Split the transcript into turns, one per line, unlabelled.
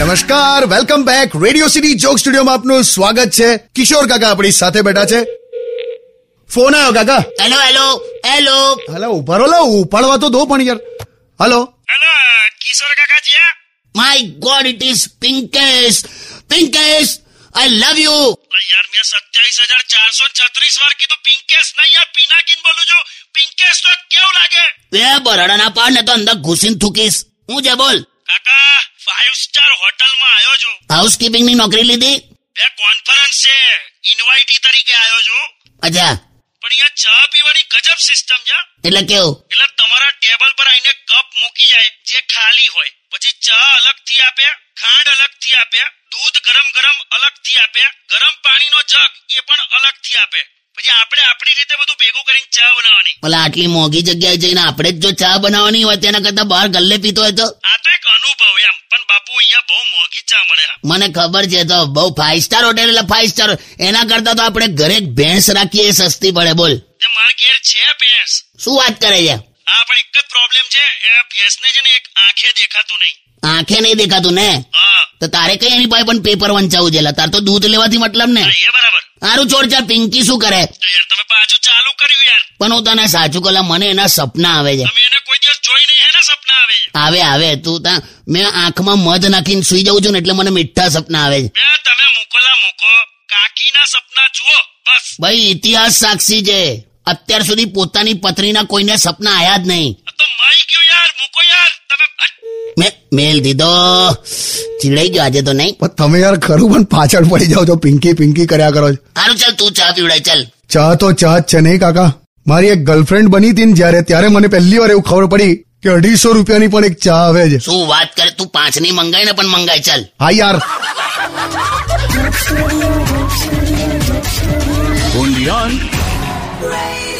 નમસ્કાર welcome back Radio City joke સ્ટુડિયોમાં આપનું સ્વાગત છે કિશોર કાકા આપણી સાથે બેઠા છે ફોન આવ્યો કાકા
હેલો હેલો હેલો
હલો ઉભા રહો લા, ઉપાડવા તો દો પણ યાર હલો
હેલો કિશોર કાકા જીયા
my God it is Pinkesh Pinkesh I love you
અલા યાર મેં સત્યાવીસ હજાર ચારસો છત્રીસ વાર કીધું પિંકેશ નહીં યાર પિનાકીન બોલું છું પિંકેશ તો કેવું લાગે
બે બરાડાના પાડ ને તો અંદર ઘૂસીને થૂકીશ હું જે બોલ
કાકા ફાઈવ સ્ટાર હોટલ માં આવ્યો છું
હાઉસકીપિંગ ની નોકરી લીધી
બે કોન્ફરન્સ છે ઇન્વાઇટી તરીકે આવ્યો છું
અચ્છા
પણ અહીંયા ચા પીવાની ગજબ સિસ્ટમ છે
એટલે કેવું
એટલે તમારા ટેબલ પર આઈને કપ મૂકી જાય જે ખાલી હોય પછી ચા અલગથી આપે ખાંડ અલગથી આપે દૂધ ગરમ ગરમ અલગથી આપે ગરમ પાણીનો જગ એ પણ અલગથી આપે પછી આપણે આપણી રીતે બધું ભેગું કરીને ચા બનાવવાની
ભલા આટલી મોંઘી જગ્યાએ જઈને આપણે જ જો ચા બનાવવાની હોય તેના કરતા બહાર ગલ્લે પીતો હોય તો
આ તો એક અનુભવ એમ પણ બાપુ અહીંયા બહુ મોંઘી ચા મળે હા.
મને ખબર છે તો બહુ ફાઈવ સ્ટાર હોટેલ એટલે ફાઈવ સ્ટાર એના કરતા તો આપણે ઘરે એક ભેંસ રાખીએ એ સસ્તી પડે બોલ
તે મારા ઘેર છે ભેંસ
શું વાત કરે છે
હા પણ એક જ પ્રોબ્લેમ છે એ ભેંસને છે ને એક આંખે દેખાતું નહીં
આંખે નહીં દેખાતું ને
હા
તો તારે કઈ એની પાસે પણ પેપર વંચાવું છે લા, તાર તો દૂધ લેવાથી મતલબ ને
હા, એ બરાબર
હારું છોડ ચાલ પિંકી શું કરે
તો યાર તમે પાછું ચાલુ કર્યું યાર
પણ હું તને સાચું કલા મને એના સપના આવે છે
તમે એને કોઈ દિવસ જોઈ નહીં એના સપના આવે છે
આવે આવે તું તા મેં આંખમાં મધ નાખીને સુઈ જાઉં છું ને એટલે મને મીઠા સપના આવે છે
બે તમે મુકોલા મૂકો કાકીના સપના જુઓ બસ
ભાઈ ઇતિહાસ સાક્ષી છે અત્યાર સુધી પોતાની પત્નીના કોઈને સપના આયા જ નહીં
આ તો મરી ગયું યાર મૂકો યાર તમે હટ.
મેં મેલ દીધો ચીડાઈ ગયો આજે તો નહીં
પણ તમે યાર ખરું પણ પાછળ પડી જાઓ છો પિંકી પિંકી કર્યા કરો છો
સારું ચાલ તું ચા પીવડાય ચાલ
ચા તો ચા જ છે નહીં કાકા મારી એક ગર્લફ્રેન્ડ બની હતી ને જ્યારે ત્યારે મને પહેલી વાર એવું ખબર પડી કે અઢીસો રૂપિયાની પણ એક ચા આવે છે
શું વાત કરે તું પાંચની મંગાય ને પણ મંગાય ચાલ
હા યાર
Undian.
Radio